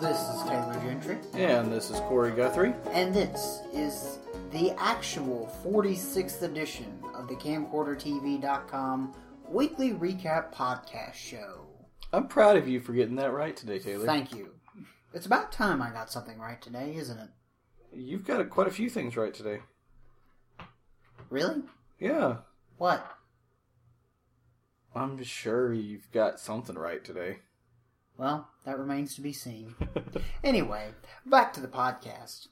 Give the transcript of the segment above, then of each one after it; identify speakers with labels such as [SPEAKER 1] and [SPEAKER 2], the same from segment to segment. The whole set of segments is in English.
[SPEAKER 1] This is Taylor Gentry,
[SPEAKER 2] And this is Corey Guthrie.
[SPEAKER 1] and this is the actual 46th edition of the CamcorderTV.com weekly recap podcast show.
[SPEAKER 2] I'm proud of you for getting that right today, Taylor.
[SPEAKER 1] Thank you. It's about time I got something right today, isn't it?
[SPEAKER 2] You've got quite a few things right today.
[SPEAKER 1] Really?
[SPEAKER 2] Yeah,
[SPEAKER 1] What?
[SPEAKER 2] I'm sure you've got something right today.
[SPEAKER 1] Well, that remains to be seen. anyway, back to the podcast.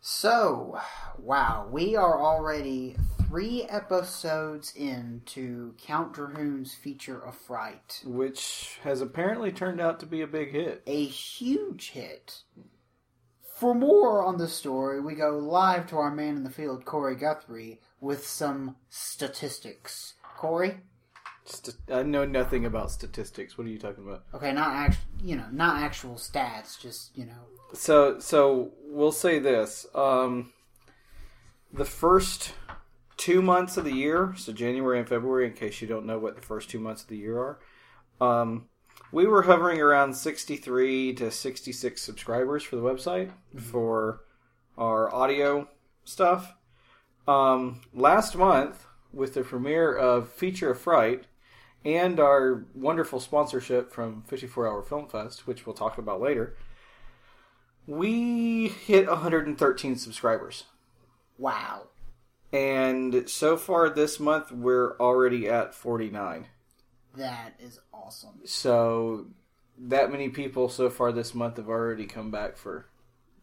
[SPEAKER 1] So, wow, we are already three episodes into Count Drahoon's feature of fright.
[SPEAKER 2] Which has apparently turned out to be a big hit.
[SPEAKER 1] a huge hit. For more on the story, we go live to our man in the field, Corey Guthrie, with some statistics. Corey?
[SPEAKER 2] St- I know nothing about statistics. What are you talking about?
[SPEAKER 1] Okay, not act, you know, not actual stats, just you know,
[SPEAKER 2] So, so we'll say this: um, the first two months of the year, so January and February, in case you don't know what the first two months of the year are, um, we were hovering around sixty-three to sixty-six subscribers for the website for our audio stuff. Um, last month, with the premiere of Feature of Fright and our wonderful sponsorship from Fifty-Four Hour Film Fest, which we'll talk about later. We hit 113 subscribers.
[SPEAKER 1] wow.
[SPEAKER 2] And so far this month, we're already at 49.
[SPEAKER 1] That is awesome.
[SPEAKER 2] So that many people so far this month have already come back for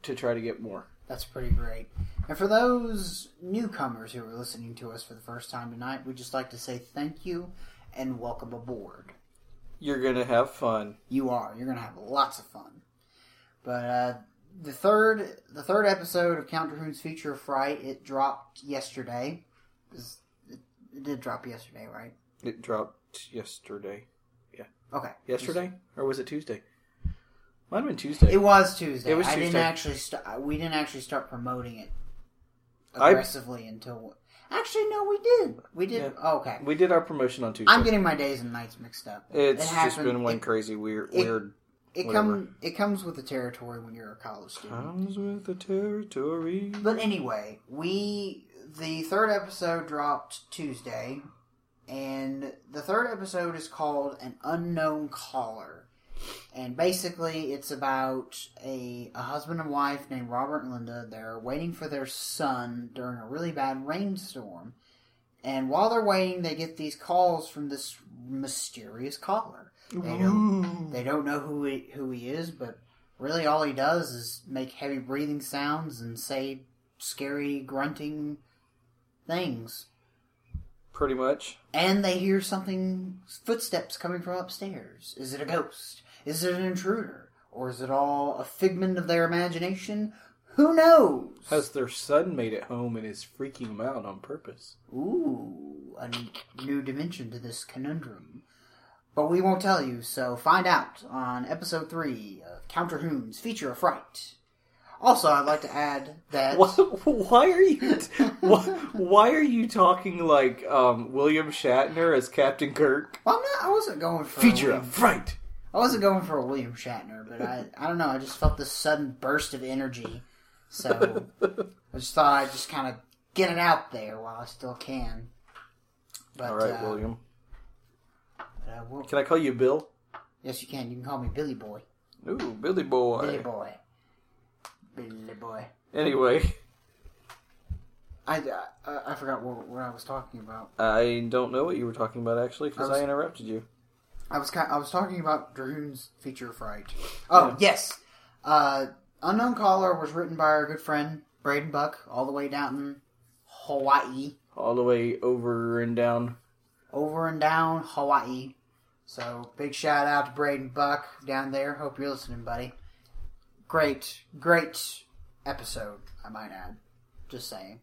[SPEAKER 2] to try to get more.
[SPEAKER 1] That's pretty great. And for those newcomers who are listening to us for the first time tonight, we'd just like to say thank you and welcome aboard.
[SPEAKER 2] You're going to have fun.
[SPEAKER 1] You are. You're gonna have lots of fun. But uh, the third, the third episode of Count Drahoon's Feature of Fright, it dropped yesterday. Is- It, it did drop yesterday, right?
[SPEAKER 2] It dropped yesterday.
[SPEAKER 1] Okay.
[SPEAKER 2] Yesterday? Or was it Tuesday? Might have been Tuesday.
[SPEAKER 1] It was Tuesday.
[SPEAKER 2] It was
[SPEAKER 1] I didn't
[SPEAKER 2] Tuesday.
[SPEAKER 1] actually. St- we didn't actually start promoting it
[SPEAKER 2] I-
[SPEAKER 1] aggressively until. Actually, no, we did. We did. Okay.
[SPEAKER 2] we did our promotion on Tuesday.
[SPEAKER 1] I'm getting my days and nights mixed up.
[SPEAKER 2] it's just
[SPEAKER 1] happened-
[SPEAKER 2] been one
[SPEAKER 1] It,
[SPEAKER 2] crazy weird.
[SPEAKER 1] it-
[SPEAKER 2] weird
[SPEAKER 1] it
[SPEAKER 2] whatever.
[SPEAKER 1] come. It comes with the territory when you're a college student.
[SPEAKER 2] comes with the territory.
[SPEAKER 1] But anyway, we the third episode dropped Tuesday, and the third episode is called "An Unknown Caller," and basically it's about a a husband and wife named Robert and Linda. They're waiting for their son during a really bad rainstorm, and while they're waiting, they get these calls from this mysterious caller. They don't they don't know who he, who he is, but really all he does is make heavy breathing sounds and say scary grunting things.
[SPEAKER 2] Pretty much.
[SPEAKER 1] And they hear something footsteps coming from upstairs. Is it a ghost? Is it an intruder? Or is it all a figment of their imagination? Who knows?
[SPEAKER 2] Has their son made it home and is freaking them out on purpose?
[SPEAKER 1] Ooh, a n- new dimension to this conundrum. But we won't tell you, so find out on episode 3 of Counter Hoon's Feature of Fright. Also, I'd like to add that.
[SPEAKER 2] Why, why are you? Why, why are you talking like um, William Shatner as Captain Kirk?
[SPEAKER 1] Well, I'm not, I wasn't going for. a
[SPEAKER 2] Feature
[SPEAKER 1] William-
[SPEAKER 2] of fright.
[SPEAKER 1] I wasn't going for a William Shatner, but I, I don't know. I just felt this sudden burst of energy. So I just thought I'd just kind of get it out there while I still can. But,
[SPEAKER 2] All right,
[SPEAKER 1] uh,
[SPEAKER 2] William.
[SPEAKER 1] but, uh, we'll-
[SPEAKER 2] Can I call you Bill?
[SPEAKER 1] yes, you can. You can call me Billy Boy.
[SPEAKER 2] Ooh, Billy boy.
[SPEAKER 1] Billy Boy. Billy Boy.
[SPEAKER 2] Anyway,
[SPEAKER 1] I, I, I forgot what, what I was talking about.
[SPEAKER 2] I don't know what you were talking about actually because
[SPEAKER 1] I was-
[SPEAKER 2] I interrupted you.
[SPEAKER 1] I was ki I was talking about Drahoon's feature of fright. Oh yes, uh, unknown caller was written by our good friend Braden Buck, all the way down in Hawaii,
[SPEAKER 2] All the way over and down.
[SPEAKER 1] over and down Hawaii. So big shout out to Braden Buck down there. Hope you're listening, buddy. Great, great episode, I might add. Just saying.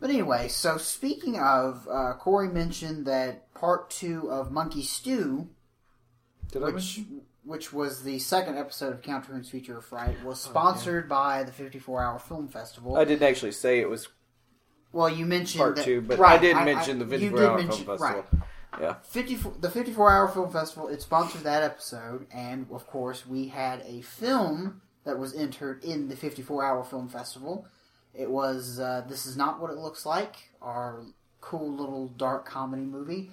[SPEAKER 1] But anyway, so speaking of, uh, Corey mentioned that part two of Monkey Stew
[SPEAKER 2] Did I?
[SPEAKER 1] which
[SPEAKER 2] mention-
[SPEAKER 1] which was the second episode of Counter Room's Feature of Fright, was sponsored by the 54 Hour Film Festival.
[SPEAKER 2] I didn't actually say it was
[SPEAKER 1] well, you mentioned
[SPEAKER 2] Uh, part
[SPEAKER 1] that-
[SPEAKER 2] two, but
[SPEAKER 1] right,
[SPEAKER 2] I did mention the
[SPEAKER 1] you
[SPEAKER 2] 54
[SPEAKER 1] did
[SPEAKER 2] Hour
[SPEAKER 1] mention-
[SPEAKER 2] Film Festival.
[SPEAKER 1] Right.
[SPEAKER 2] Yeah.
[SPEAKER 1] 54, the 54 Hour Film Festival, it sponsored that episode, and of course, we had a film that was entered in the 54 Hour Film Festival. It was uh, This Is Not What It Looks Like, our cool little dark comedy movie.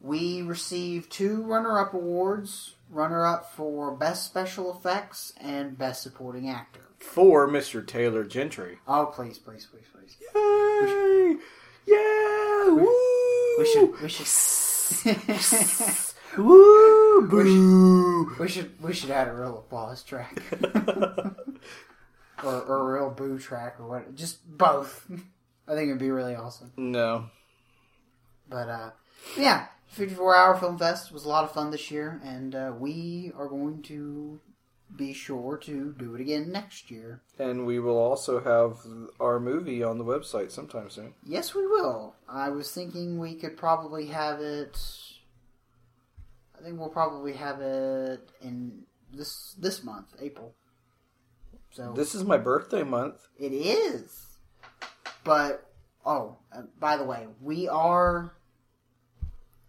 [SPEAKER 1] We received two runner up awards runner up for Best Special Effects and Best Supporting Actor.
[SPEAKER 2] For Mr. Taylor Gentry.
[SPEAKER 1] Oh, please, please, please, please.
[SPEAKER 2] Yay! Yeah! Woo!
[SPEAKER 1] We should, we should.
[SPEAKER 2] Woo!
[SPEAKER 1] We
[SPEAKER 2] Boo!
[SPEAKER 1] We should we should add a real applause track, or, or a real boo track, or what? Just both. I think it'd be really awesome.
[SPEAKER 2] no.
[SPEAKER 1] But uh, yeah, 54 Hour Film Fest was a lot of fun this year, and uh, we are going to be sure to do it again next year.
[SPEAKER 2] And we will also have our movie on the website sometime soon.
[SPEAKER 1] Yes, we will. I was thinking we could probably have it. I think we'll probably have it in this this month, April. So
[SPEAKER 2] This is my birthday month.
[SPEAKER 1] It is. But oh, uh, by the way, we are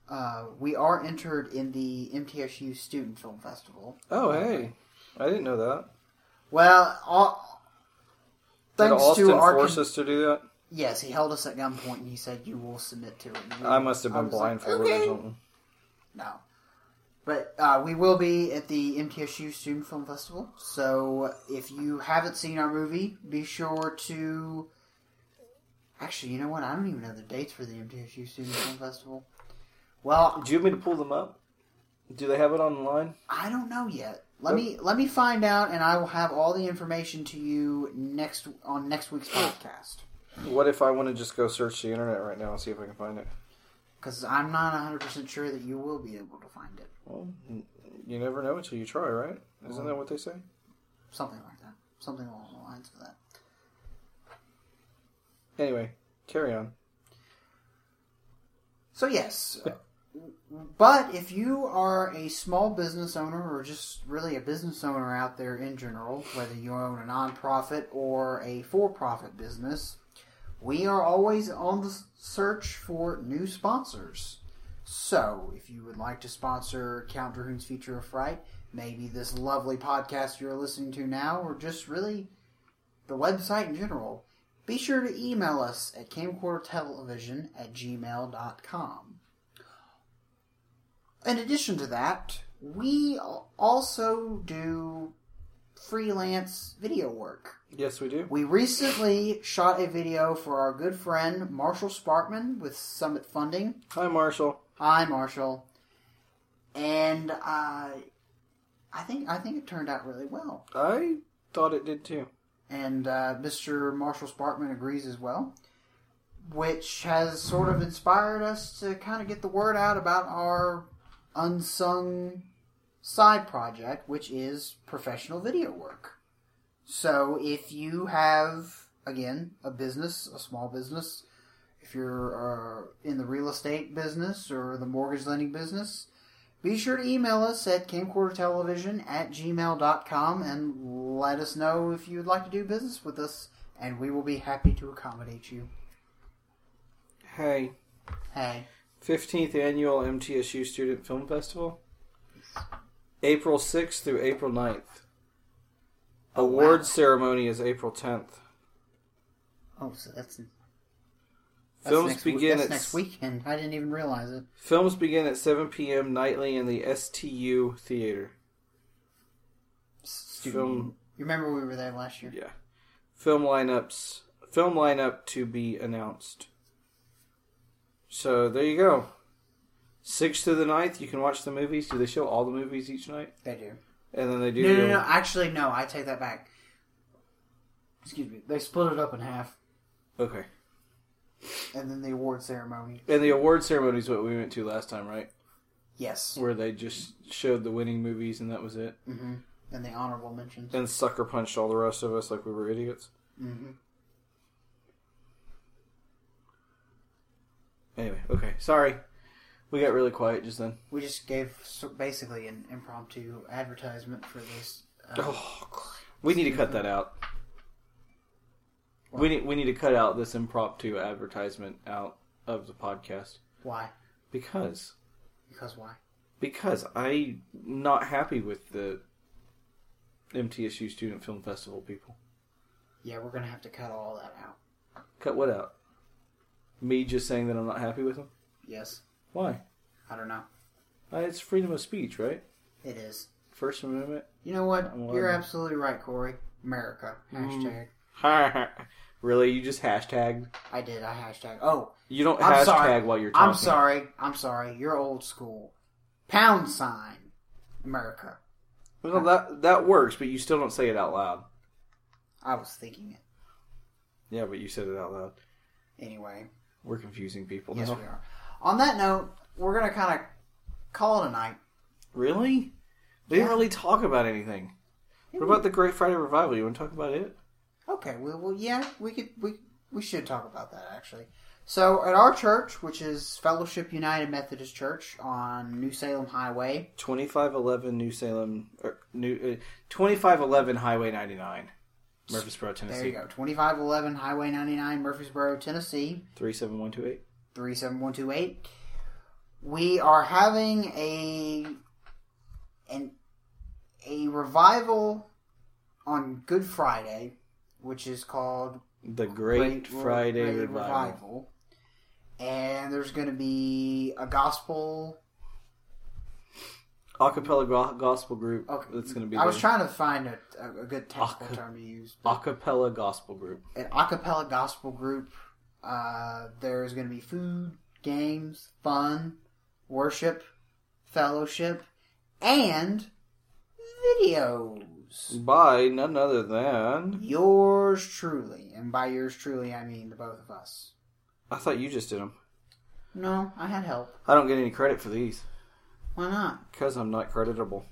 [SPEAKER 1] uh, we are entered in the MTSU Student Film Festival.
[SPEAKER 2] Oh, hey. I didn't know that.
[SPEAKER 1] Well, all,
[SPEAKER 2] Did
[SPEAKER 1] thanks
[SPEAKER 2] Austin
[SPEAKER 1] to our
[SPEAKER 2] force
[SPEAKER 1] con-
[SPEAKER 2] us to do that?
[SPEAKER 1] yes, he held us at gunpoint and he said, "You will submit to it." And we-
[SPEAKER 2] I must have been
[SPEAKER 1] Mm. was like,
[SPEAKER 2] blindfolded
[SPEAKER 1] "Okay."
[SPEAKER 2] or something.
[SPEAKER 1] No. But uh, we will be at the MTSU Student Film Festival. So if you haven't seen our movie, be sure to. Actually, you know what? I don't even know the dates for the MTSU Student Film Festival. Well,
[SPEAKER 2] Do you want me to pull them up? Do they have it online?
[SPEAKER 1] I don't know yet. Let me let me find out, and I will have all the information to you next on next week's podcast.
[SPEAKER 2] What if I want to just go search the internet right now and see if I can find it?
[SPEAKER 1] Because I'm not 100 percent sure that you will be able to find it.
[SPEAKER 2] Well, n- you never know until you try, right? Isn't that what they say?
[SPEAKER 1] Something like that. Something along the lines of that.
[SPEAKER 2] Anyway, carry on.
[SPEAKER 1] So yes, but if you are a small business owner or just really a business owner out there in general, whether you own a nonprofit or a for-profit business, we are always on the search for new sponsors. So, if you would like to sponsor Count Drahoon's Future of Fright, maybe this lovely podcast you're listening to now, or just really the website in general, be sure to email us at camcordertelevision at gmail.com. In addition to that, we al- also do freelance video work.
[SPEAKER 2] Yes, we do.
[SPEAKER 1] We recently shot a video for our good friend Marshall Sparkman with Summit Funding.
[SPEAKER 2] Hi, Marshall.
[SPEAKER 1] Hi, Marshall. And uh, I think I think it turned out really well.
[SPEAKER 2] I thought it did too.
[SPEAKER 1] and uh, Mr. Marshall Sparkman agrees as well, which has sort of inspired us to kind of get the word out about our unsung side project, which is professional video work. So if you have, again, a business, a small business, if you're uh, in the real estate business or the mortgage lending business, be sure to email us at camcordertelevision at gmail.com and let us know if you would like to do business with us, and we will be happy to accommodate you.
[SPEAKER 2] Hey,
[SPEAKER 1] Hey.
[SPEAKER 2] 15th annual MTSU Student Film Festival, April 6th through April 9th. Award ceremony is April 10th.
[SPEAKER 1] Oh, so that's, that's
[SPEAKER 2] Films
[SPEAKER 1] next,
[SPEAKER 2] begin
[SPEAKER 1] week- that's
[SPEAKER 2] at
[SPEAKER 1] next weekend. I didn't even realize it.
[SPEAKER 2] Films begin at 7 p.m. nightly in the STU theater. Film,
[SPEAKER 1] You remember we were there last year?
[SPEAKER 2] yeah. Film lineups, film lineup to be announced. So there you go. 6th through the 9th, you can watch the movies. Do they show all the movies each night?
[SPEAKER 1] They do.
[SPEAKER 2] And then they do
[SPEAKER 1] No, no,
[SPEAKER 2] the-
[SPEAKER 1] no. Actually, no. I take that back. Excuse me. They split it up in half,
[SPEAKER 2] Okay.
[SPEAKER 1] and then the award ceremony.
[SPEAKER 2] And the award ceremony is what we went to last time, right?
[SPEAKER 1] Yes.
[SPEAKER 2] Where they just showed the winning movies and that was it.
[SPEAKER 1] hmm And the honorable mentions.
[SPEAKER 2] And sucker punched all the rest of us like we were idiots.
[SPEAKER 1] hmm
[SPEAKER 2] Anyway, okay. Sorry. We got really quiet just then.
[SPEAKER 1] We just gave so- basically an impromptu advertisement for this. Uh,
[SPEAKER 2] Oh, we need to cut that out. We need we need to cut out this impromptu advertisement out of the podcast
[SPEAKER 1] Why?
[SPEAKER 2] because
[SPEAKER 1] Because why?
[SPEAKER 2] because I'm not happy with the MTSU Student Film Festival people.
[SPEAKER 1] Yeah, we're gonna have to cut all that out.
[SPEAKER 2] Cut what out? Me just saying that I'm not happy with them?
[SPEAKER 1] Yes.
[SPEAKER 2] Why?
[SPEAKER 1] I don't know.
[SPEAKER 2] Uh, it's freedom of speech, right?
[SPEAKER 1] It is.
[SPEAKER 2] First Amendment.
[SPEAKER 1] You know what?
[SPEAKER 2] Well, uh, Hmm.
[SPEAKER 1] You're
[SPEAKER 2] I-
[SPEAKER 1] absolutely right, Corey. America. Hashtag.
[SPEAKER 2] really? You just hashtag?
[SPEAKER 1] I did. I hashtag. Oh,
[SPEAKER 2] You don't
[SPEAKER 1] I'm
[SPEAKER 2] hashtag
[SPEAKER 1] sorry.
[SPEAKER 2] while you're talking.
[SPEAKER 1] I'm sorry. I'm sorry. You're old school. Pound sign. America.
[SPEAKER 2] Well, that that works, but you still don't say it out loud.
[SPEAKER 1] I was thinking it.
[SPEAKER 2] Yeah, but you said it out loud.
[SPEAKER 1] Anyway.
[SPEAKER 2] We're confusing people.
[SPEAKER 1] Yes,
[SPEAKER 2] now.
[SPEAKER 1] we are. On that note, we're gonna kind of call it a night.
[SPEAKER 2] Really? They didn't
[SPEAKER 1] Yeah.
[SPEAKER 2] really talk about anything. What about the Great Friday Revival? You want to talk about it?
[SPEAKER 1] Okay, well, well yeah, we could we we should talk about that actually. So at our church, which is Fellowship United Methodist Church on New Salem Highway,
[SPEAKER 2] 2511 New Salem, or New uh, 2511 Highway 99, Murfreesboro,
[SPEAKER 1] there you
[SPEAKER 2] Tennessee,
[SPEAKER 1] go, twenty five eleven Highway ninety nine, Murfreesboro, Tennessee,
[SPEAKER 2] 37128.
[SPEAKER 1] three seven one two eight. We are having a an a revival on Good Friday, which is called
[SPEAKER 2] The Great,
[SPEAKER 1] Re-
[SPEAKER 2] Friday
[SPEAKER 1] Re-
[SPEAKER 2] Revival.
[SPEAKER 1] And there's going to be a gospel.
[SPEAKER 2] Acapella go- gospel group.
[SPEAKER 1] Okay,
[SPEAKER 2] That's going to be
[SPEAKER 1] I was
[SPEAKER 2] there.
[SPEAKER 1] trying to find a, a, a good technical
[SPEAKER 2] Aca-
[SPEAKER 1] term to use.
[SPEAKER 2] acapella gospel group.
[SPEAKER 1] An acapella gospel group. Uh, there's going to be food, games, fun, worship, fellowship, and videos.
[SPEAKER 2] By none other than.
[SPEAKER 1] Yours truly, and by yours truly, I mean the both of us.
[SPEAKER 2] I thought you just did them.
[SPEAKER 1] No, I had help.
[SPEAKER 2] I don't get any credit for these
[SPEAKER 1] Why not?
[SPEAKER 2] because I'm not creditable.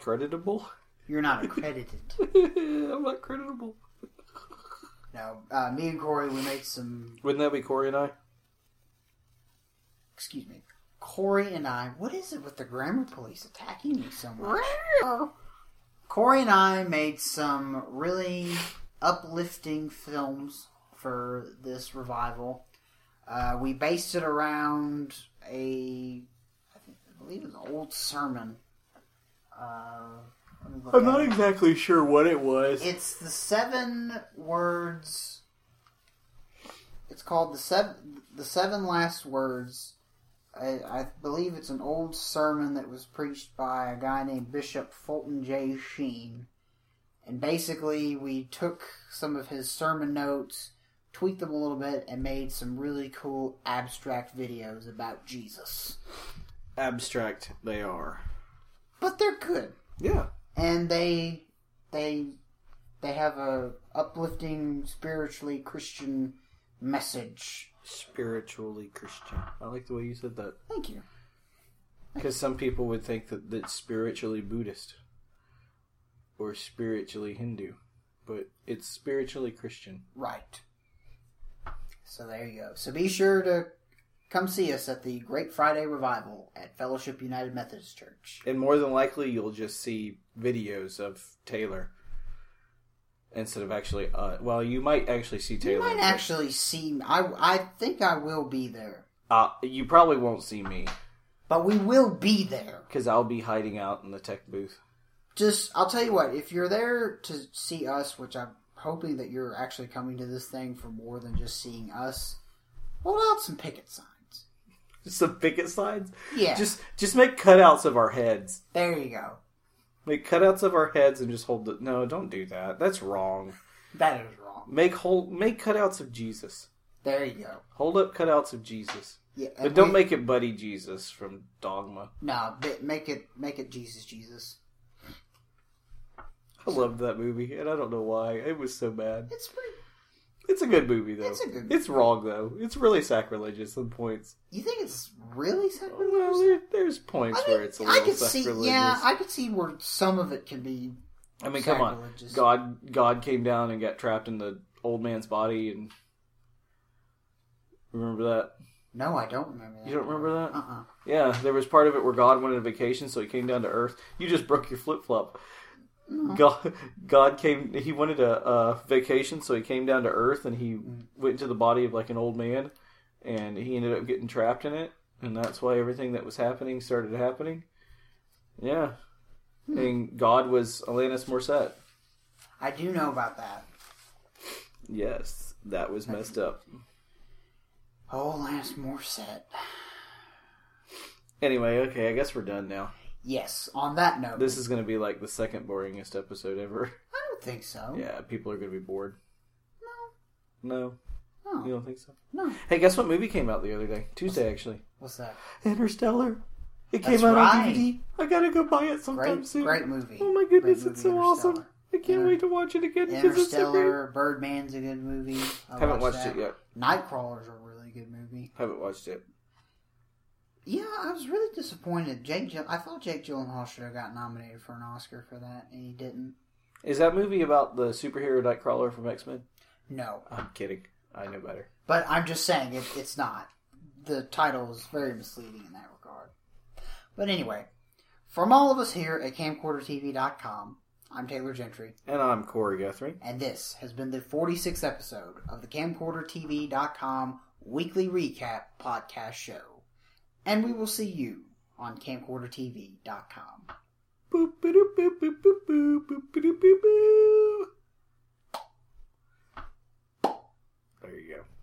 [SPEAKER 2] Creditable?
[SPEAKER 1] You're not accredited.
[SPEAKER 2] I'm not creditable.
[SPEAKER 1] No, uh, me and Corey, we made some.
[SPEAKER 2] Wouldn't that be Corey and I?
[SPEAKER 1] Excuse me, Corey and I. What is it with the grammar police attacking me so much? Corey and I made some really uplifting films for this revival. Uh, we based it around a, I think- I believe it's an old sermon. Uh, let me look
[SPEAKER 2] I'm
[SPEAKER 1] at
[SPEAKER 2] not
[SPEAKER 1] it.
[SPEAKER 2] exactly sure what it was.
[SPEAKER 1] It's the seven words. It's called the seven. The seven last words. I, I believe it's an old sermon that was preached by a guy named Bishop Fulton J. Sheen, and basically we took some of his sermon notes, tweaked them a little bit, and made some really cool abstract videos about Jesus.
[SPEAKER 2] Abstract they are.
[SPEAKER 1] But they're good.
[SPEAKER 2] Yeah.
[SPEAKER 1] and they they they have a uplifting spiritually christian message
[SPEAKER 2] Spiritually Christian. I like the way you said that.
[SPEAKER 1] thank you
[SPEAKER 2] Because some people would think that that's spiritually Buddhist or spiritually Hindu. But it's spiritually Christian.
[SPEAKER 1] right so there you go so be sure to come see us at the great friday revival at fellowship united methodist church
[SPEAKER 2] And more than likely, you'll just see videos of Taylor instead of actually. Uh, well, you might actually see Taylor.
[SPEAKER 1] you might
[SPEAKER 2] but-
[SPEAKER 1] actually see i i think i will be there
[SPEAKER 2] Uh, you probably won't see me
[SPEAKER 1] but we will be there
[SPEAKER 2] because I'll be hiding out in the tech booth.
[SPEAKER 1] just I'll tell you what, if you're there to see us, which I'm hoping that you're actually coming to this thing for more than just seeing us, hold out some picket signs.
[SPEAKER 2] Some picket signs.
[SPEAKER 1] Yeah.
[SPEAKER 2] Just just make cutouts of our heads.
[SPEAKER 1] There you go.
[SPEAKER 2] Make cutouts of our heads and just hold the. No, don't do that. That's wrong.
[SPEAKER 1] That is wrong.
[SPEAKER 2] Make whole make cutouts of Jesus.
[SPEAKER 1] There you go.
[SPEAKER 2] Hold up cutouts of Jesus.
[SPEAKER 1] Yeah,
[SPEAKER 2] But don't make it Buddy Jesus from Dogma.
[SPEAKER 1] no. But make it make it Jesus, Jesus.
[SPEAKER 2] I loved that movie, and I don't know why. It was so bad.
[SPEAKER 1] It's pretty.
[SPEAKER 2] It's a good movie, though.
[SPEAKER 1] It's a good
[SPEAKER 2] It's wrong, though. It's really sacrilegious in points.
[SPEAKER 1] You think it's really
[SPEAKER 2] Well,
[SPEAKER 1] sacrilegious?
[SPEAKER 2] there, there's points
[SPEAKER 1] I mean,
[SPEAKER 2] where Oh, it's a
[SPEAKER 1] I
[SPEAKER 2] little
[SPEAKER 1] could see.
[SPEAKER 2] sacrilegious.
[SPEAKER 1] Yeah, I could see where some of it can be.
[SPEAKER 2] I mean, come on.
[SPEAKER 1] sacrilegious.
[SPEAKER 2] God, God came down and got trapped in the old man's body, and remember that?
[SPEAKER 1] No, I don't remember. That
[SPEAKER 2] You don't remember that?
[SPEAKER 1] Uh uh
[SPEAKER 2] Yeah, there was part of it where God went on vacation, so he came down to Earth. You just broke your flip flop. God, God came. He wanted a, a vacation, so he came down to Earth, and he went into the body of like an old man, and he ended up getting trapped in it. and that's why everything that was happening started happening. Yeah, and God was Alanis Morissette.
[SPEAKER 1] I do know about that.
[SPEAKER 2] Yes, that was messed up.
[SPEAKER 1] Oh, Lance Morissette.
[SPEAKER 2] Anyway, okay, I guess we're done now.
[SPEAKER 1] Yes, on that note,
[SPEAKER 2] This is going to be like the second boringest episode ever.
[SPEAKER 1] I don't think so.
[SPEAKER 2] Yeah, people are going to be bored. No,
[SPEAKER 1] Oh. No.
[SPEAKER 2] you
[SPEAKER 1] No.
[SPEAKER 2] don't think so?
[SPEAKER 1] No.
[SPEAKER 2] Hey, guess what movie came out the other day? Tuesday, actually.
[SPEAKER 1] What's that?
[SPEAKER 2] Interstellar. It
[SPEAKER 1] That's
[SPEAKER 2] came out on
[SPEAKER 1] right.
[SPEAKER 2] DVD. I gotta go buy it sometime
[SPEAKER 1] Great,
[SPEAKER 2] soon.
[SPEAKER 1] great movie.
[SPEAKER 2] Oh my goodness,
[SPEAKER 1] Great
[SPEAKER 2] it's
[SPEAKER 1] movie,
[SPEAKER 2] so awesome!
[SPEAKER 1] Interstellar.
[SPEAKER 2] I can't
[SPEAKER 1] Inter-
[SPEAKER 2] wait to watch it again because it's so great.
[SPEAKER 1] Interstellar, Birdman's a good movie. I
[SPEAKER 2] Haven't watched
[SPEAKER 1] that.
[SPEAKER 2] it yet.
[SPEAKER 1] Nightcrawler's a really good movie.
[SPEAKER 2] Haven't watched it.
[SPEAKER 1] Yeah, I was really disappointed. Jake, Gyllen- I thought Jake Gyllenhaal should have got nominated for an Oscar for that, and he didn't.
[SPEAKER 2] Is that movie about the superhero Nightcrawler from X Men?
[SPEAKER 1] No,
[SPEAKER 2] I'm kidding. I know better.
[SPEAKER 1] but I'm just saying it, it's not. The title is very misleading in that regard. But anyway, from all of us here at CamcorderTV.com, I'm Taylor Gentry,
[SPEAKER 2] And I'm Corey Guthrie.
[SPEAKER 1] and this has been the 46th episode of the CamcorderTV.com weekly recap podcast show. And we will see you on CamcorderTV.com.
[SPEAKER 2] Boop boop boop boop boop boop boop boop boop. There you go.